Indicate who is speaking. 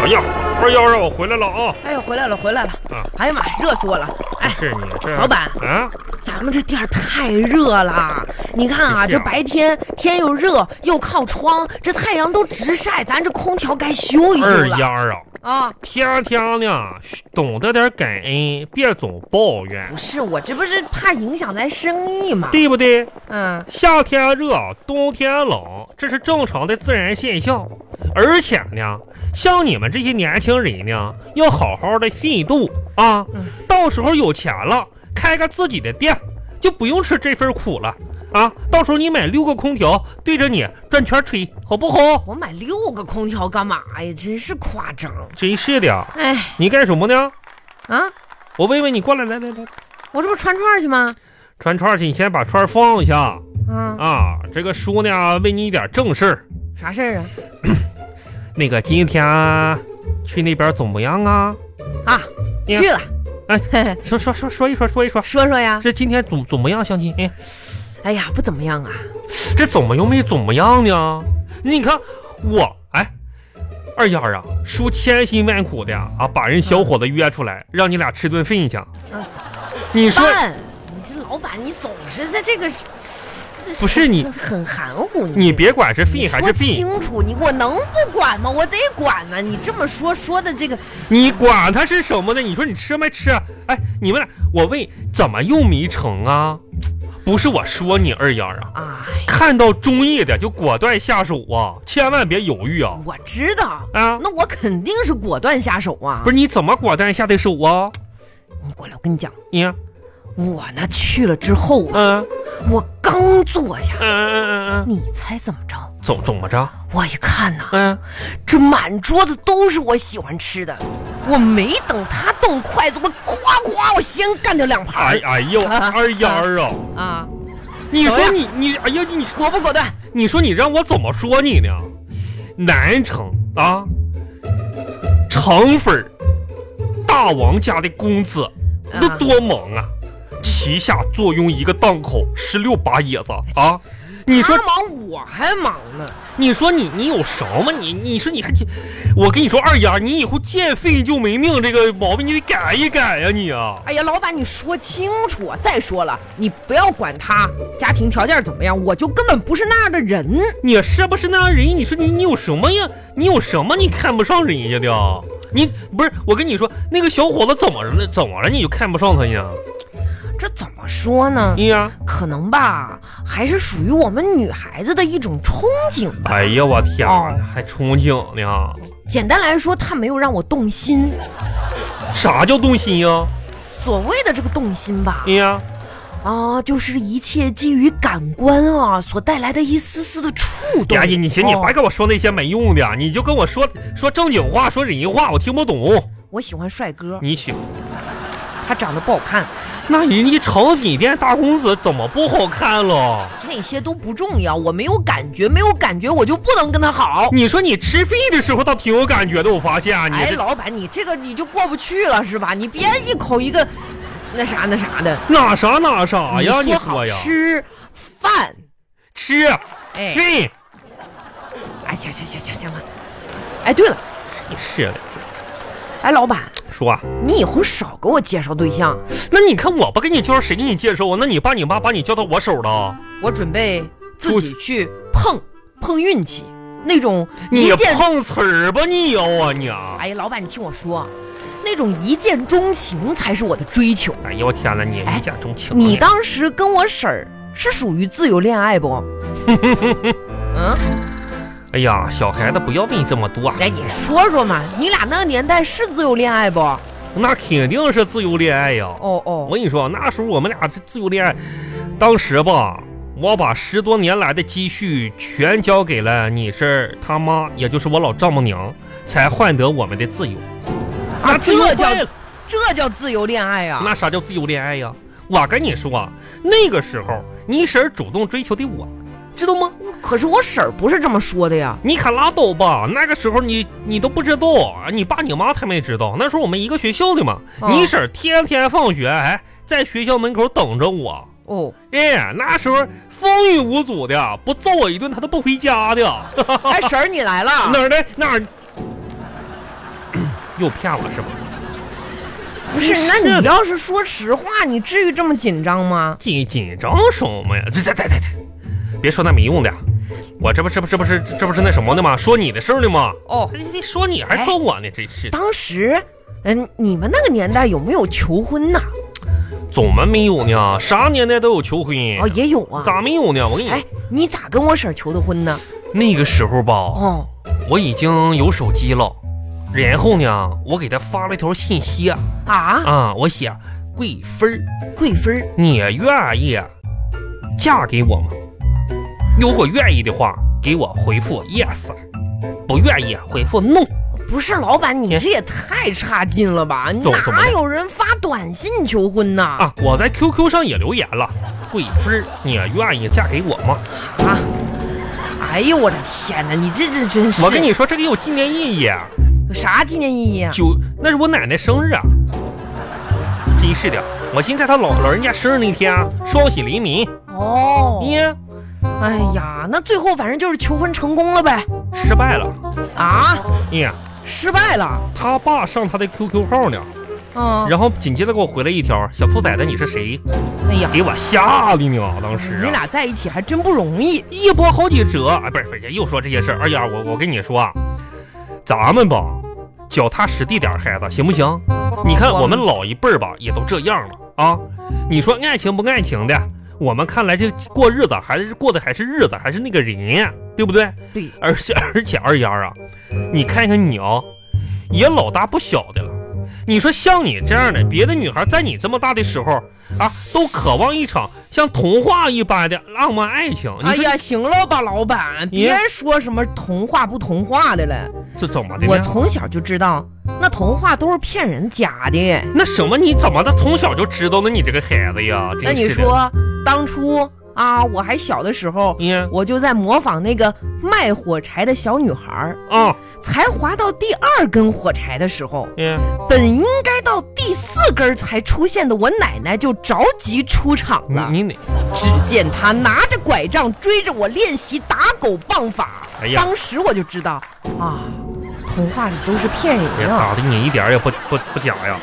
Speaker 1: 说幺哎二，我回来了啊！
Speaker 2: 哎呦，回来了，回来了
Speaker 1: 啊！
Speaker 2: 哎呀妈，热死我了！哎，
Speaker 1: 是你这
Speaker 2: 老板
Speaker 1: 啊？
Speaker 2: 咱们这店儿太热了，你看啊，
Speaker 1: 是
Speaker 2: 这
Speaker 1: 啊
Speaker 2: 白天天又热，又靠窗，这太阳都直晒，咱这空调该修一修
Speaker 1: 二
Speaker 2: 了
Speaker 1: 丫啊，
Speaker 2: 啊！
Speaker 1: 天天呢懂得点感恩，别总抱怨，
Speaker 2: 不是，我这不是怕影响咱生意嘛？
Speaker 1: 对不对？
Speaker 2: 嗯，
Speaker 1: 夏天热，冬天冷，这是正常的自然现象。而且呢，像你们这些年轻人呢，要好好的奋斗啊！
Speaker 2: 嗯
Speaker 1: 到时候有钱了，开个自己的店，就不用吃这份苦了啊！到时候你买六个空调，对着你转圈吹，好不好？
Speaker 2: 我买六个空调干嘛呀？真是夸张！
Speaker 1: 真是的，
Speaker 2: 哎
Speaker 1: 你干什么呢？
Speaker 2: 啊，
Speaker 1: 我问问你，过来，来来来，
Speaker 2: 我这不串串去吗？
Speaker 1: 串串去，你先把串放下
Speaker 2: 啊，
Speaker 1: 啊！这个叔呢，问你一点正事儿。
Speaker 2: 啥事儿啊？
Speaker 1: 那个今天去那边怎么样啊？
Speaker 2: 啊，
Speaker 1: 呀
Speaker 2: 去了。
Speaker 1: 哎说说说说一说说一说，
Speaker 2: 说说呀。
Speaker 1: 这今天怎怎么样相亲？哎，
Speaker 2: 哎呀，不怎么样啊。
Speaker 1: 这怎么又没怎么样呢？你看我哎，二丫啊，叔千辛万苦的啊，把人小伙子约出来，让你俩吃顿饭去。
Speaker 2: 嗯
Speaker 1: 你说
Speaker 2: 蛋，你这老板，你总是在这个，这
Speaker 1: 不是你
Speaker 2: 很含糊，
Speaker 1: 你别管是
Speaker 2: 你
Speaker 1: 饭还
Speaker 2: 说
Speaker 1: 是病，
Speaker 2: 清楚，你我能不管吗？我得管呢、你这么说说的这个，
Speaker 1: 你管他是什么呢？你说你吃没吃？哎，你们俩，我问怎么又没成啊？不是我说你二丫啊，
Speaker 2: 哎，
Speaker 1: 看到中意的就果断下手啊，千万别犹豫啊
Speaker 2: 我知道，
Speaker 1: 啊！
Speaker 2: 那我肯定是果断下手啊。
Speaker 1: 不是你怎么果断下的手啊？
Speaker 2: 你过来，我跟你讲，
Speaker 1: 你嗯
Speaker 2: 我呢去了之后啊，
Speaker 1: 嗯
Speaker 2: 我刚坐下
Speaker 1: 嗯，嗯嗯，
Speaker 2: 你猜怎么着？
Speaker 1: 怎怎么着？
Speaker 2: 我一看呐、
Speaker 1: 嗯，
Speaker 2: 这满桌子都是我喜欢吃的，我没等他动筷子，我夸夸我先干掉两盘
Speaker 1: 哎
Speaker 2: 儿、
Speaker 1: 哎呦，二丫儿啊，
Speaker 2: 啊，
Speaker 1: 你说你你哎呀你
Speaker 2: 果不果断？
Speaker 1: 你说你让我怎么说你呢？南城啊，肠粉儿大王家的公子那
Speaker 2: 啊
Speaker 1: 多忙啊，旗下坐拥一个档口十六把椅子啊，你说
Speaker 2: 他忙我还忙呢，
Speaker 1: 你说你你有什么？你你说你还去？我跟你说，二丫，你以后见废就没命这个毛病，你得改一改呀、你啊！
Speaker 2: 哎呀，老板，你说清楚啊！再说了，你不要管他家庭条件怎么样，我就根本不是那样的人。
Speaker 1: 你是不是那样人？你说你你有什么呀？你有什么你看不上人家的啊？你不是我跟你说，那个小伙子怎么了？怎么了？你就看不上他呀？
Speaker 2: 这怎么说呢？
Speaker 1: 你呀、
Speaker 2: 可能吧，还是属于我们女孩子的一种憧憬吧。
Speaker 1: 哎呀，我天
Speaker 2: 啊
Speaker 1: 哪，还憧憬呢？
Speaker 2: 简单来说，他没有让我动心。
Speaker 1: 啥叫动心呀？
Speaker 2: 所谓的这个动心吧，
Speaker 1: 你呀，
Speaker 2: 啊，就是一切基于感官啊所带来的一丝丝的触动。
Speaker 1: 哎呀呀，你行，你
Speaker 2: 哦
Speaker 1: 别跟我说那些没用的，你就跟我说说正经话，说人话，我听不懂。
Speaker 2: 我喜欢帅哥，
Speaker 1: 你喜欢。
Speaker 2: 他长得不好看，
Speaker 1: 那人家成品店大公子怎么不好看了？
Speaker 2: 那些都不重要，我没有感觉，没有感觉我就不能跟他好。
Speaker 1: 你说你吃饭的时候倒挺有感觉的，我发现啊你
Speaker 2: 哎，
Speaker 1: 这
Speaker 2: 老板，你这个你就过不去了是吧？你别一口一个那啥那啥的。
Speaker 1: 哪啥哪啥呀？
Speaker 2: 你
Speaker 1: 啊你
Speaker 2: 说好
Speaker 1: 说呀，
Speaker 2: 吃饭，
Speaker 1: 吃
Speaker 2: 哎，
Speaker 1: 睡，
Speaker 2: 哎，行行行行行了。哎，对了，
Speaker 1: 你是的。
Speaker 2: 哎，老板，
Speaker 1: 说啊，
Speaker 2: 你以后少给我介绍对象，
Speaker 1: 那你看我不跟你介绍，谁给你介绍啊？那你爸你妈把你交到我手了？
Speaker 2: 我准备自己去碰碰运气，那种
Speaker 1: 你
Speaker 2: 一见，
Speaker 1: 碰瓷儿吧你要啊你啊！
Speaker 2: 哎呀，老板，你听我说，那种一见钟情才是我的追求。
Speaker 1: 哎呀，我天哪，你
Speaker 2: 哎
Speaker 1: 一见钟情啊，
Speaker 2: 你当时跟我婶儿是属于自由恋 爱不？嗯，
Speaker 1: 哎呀，小孩子不要问这么多，啊
Speaker 2: 哎，你说说嘛，你俩那个年代是自由恋爱不？哦
Speaker 1: 那肯定是自由恋爱呀。我
Speaker 2: 哦，
Speaker 1: 跟你说，那时候我们俩这自由恋爱，当时吧，我把十多年来的积蓄全交给了你是他妈，也就是我老丈母娘，才换得我们的自由。那自由
Speaker 2: 啊这叫
Speaker 1: 坏了
Speaker 2: 这叫自由恋爱啊！
Speaker 1: 那啥叫自由恋爱呀？我跟你说啊，那个时候你婶儿主动追求的我，知道吗？
Speaker 2: 可是我婶儿不是这么说的呀。
Speaker 1: 你可拉倒吧！那个时候你你都不知道，你爸你妈他们也知道。那时候我们一个学校的嘛，
Speaker 2: 哦
Speaker 1: 你婶儿天天放学哎，在学校门口等着我。
Speaker 2: 哦，
Speaker 1: 哎，那时候风雨无阻的，不揍我一顿他都不
Speaker 2: 啊
Speaker 1: 回家的。
Speaker 2: 哎，婶儿你来了，
Speaker 1: 哪儿的哪儿？ 又骗我是吧？
Speaker 2: 不是，那
Speaker 1: 是的
Speaker 2: 你要是说实话，你至于这么紧张吗？
Speaker 1: 紧紧张什么呀？这这这这这，别说那没用的，我这不这不这不是这不是那什么呢吗？说你的事儿呢吗？
Speaker 2: 哦，
Speaker 1: 这这说你哎还说我呢，真是的，
Speaker 2: 当时，嗯，你们那个年代有没有求婚呐？
Speaker 1: 怎么没有呢？啥年代都有求婚，
Speaker 2: 哦，也有啊。
Speaker 1: 哎咋没有呢？我跟你
Speaker 2: 哎，你咋跟我婶儿求的婚呢？
Speaker 1: 那个时候吧，
Speaker 2: 哦，
Speaker 1: 我已经有手机了，然后呢，我给他发了一条信息啊，
Speaker 2: 啊，
Speaker 1: 啊我写贵妃儿，
Speaker 2: 贵妃儿
Speaker 1: 你愿意嫁给我吗？如果愿意的话，给我回复 yes；不愿意回复 no。
Speaker 2: 不是老板，你
Speaker 1: 哎
Speaker 2: 这也太差劲了吧？
Speaker 1: 怎么怎么
Speaker 2: 哪
Speaker 1: 了
Speaker 2: 有人发短信求婚呐？
Speaker 1: 啊，我在 QQ 上也留言了，贵妃儿，你愿意嫁给我吗？
Speaker 2: 啊！哎呦我的天哪，你这这真是
Speaker 1: 我跟你说，这个有纪念意义啊，
Speaker 2: 有啥纪念意义啊？
Speaker 1: 九那是我奶奶生日啊，真是的，我寻思在她老老人家生日那天啊，双喜临门，
Speaker 2: 哦，
Speaker 1: 耶，
Speaker 2: 哎呀，那最后反正就是求婚成功了呗？
Speaker 1: 失败了，
Speaker 2: 啊，
Speaker 1: 耶，
Speaker 2: 失败了？
Speaker 1: 他爸上他的 QQ 号呢，
Speaker 2: 嗯，
Speaker 1: 然后紧接着给我回了一条，小兔崽子你是谁？
Speaker 2: 哎呀，
Speaker 1: 给我吓的呢，当时
Speaker 2: 你
Speaker 1: 啊。
Speaker 2: 俩在一起还真不容易。
Speaker 1: 一波好几折啊！不是不是，又说这些事儿。哎呀，我我跟你说啊，咱们吧，脚踏实地点儿，孩子行不行？你看
Speaker 2: 我
Speaker 1: 我们老一辈儿吧，也都这样了啊。你说爱情不爱情的，我们看来这过日子还是过的还是日子，还是那个人呀，对不对？
Speaker 2: 对。
Speaker 1: 而且而且二丫啊，你看看你啊，也老大不小的了。你说像你这样的，别的女孩在你这么大的时候啊，都渴望一场像童话一般的浪漫爱情。你说
Speaker 2: 哎呀，行了吧，老板，
Speaker 1: 你
Speaker 2: 别说什么童话不童话的了。
Speaker 1: 这怎么的
Speaker 2: 我
Speaker 1: 呢？
Speaker 2: 从小就知道，那童话都是骗人假的。
Speaker 1: 那什么，你怎么的从小就知道呢？你这个孩子呀，真
Speaker 2: 那你
Speaker 1: 是的，
Speaker 2: 说，当初啊，我还小的时候，
Speaker 1: 你啊、
Speaker 2: 我就在模仿那个卖火柴的小女孩儿。才划到第二根火柴的时候，
Speaker 1: 你啊
Speaker 2: 本应该到第四根才出现的我奶奶就着急出场了。
Speaker 1: 你你哪？
Speaker 2: 只见她拿着拐杖追着我练习打狗棒法，
Speaker 1: 哎呀
Speaker 2: 当时我就知道啊，童话里都是骗人
Speaker 1: 哎呀
Speaker 2: 啊。
Speaker 1: 打的你一点儿也不不不假呀！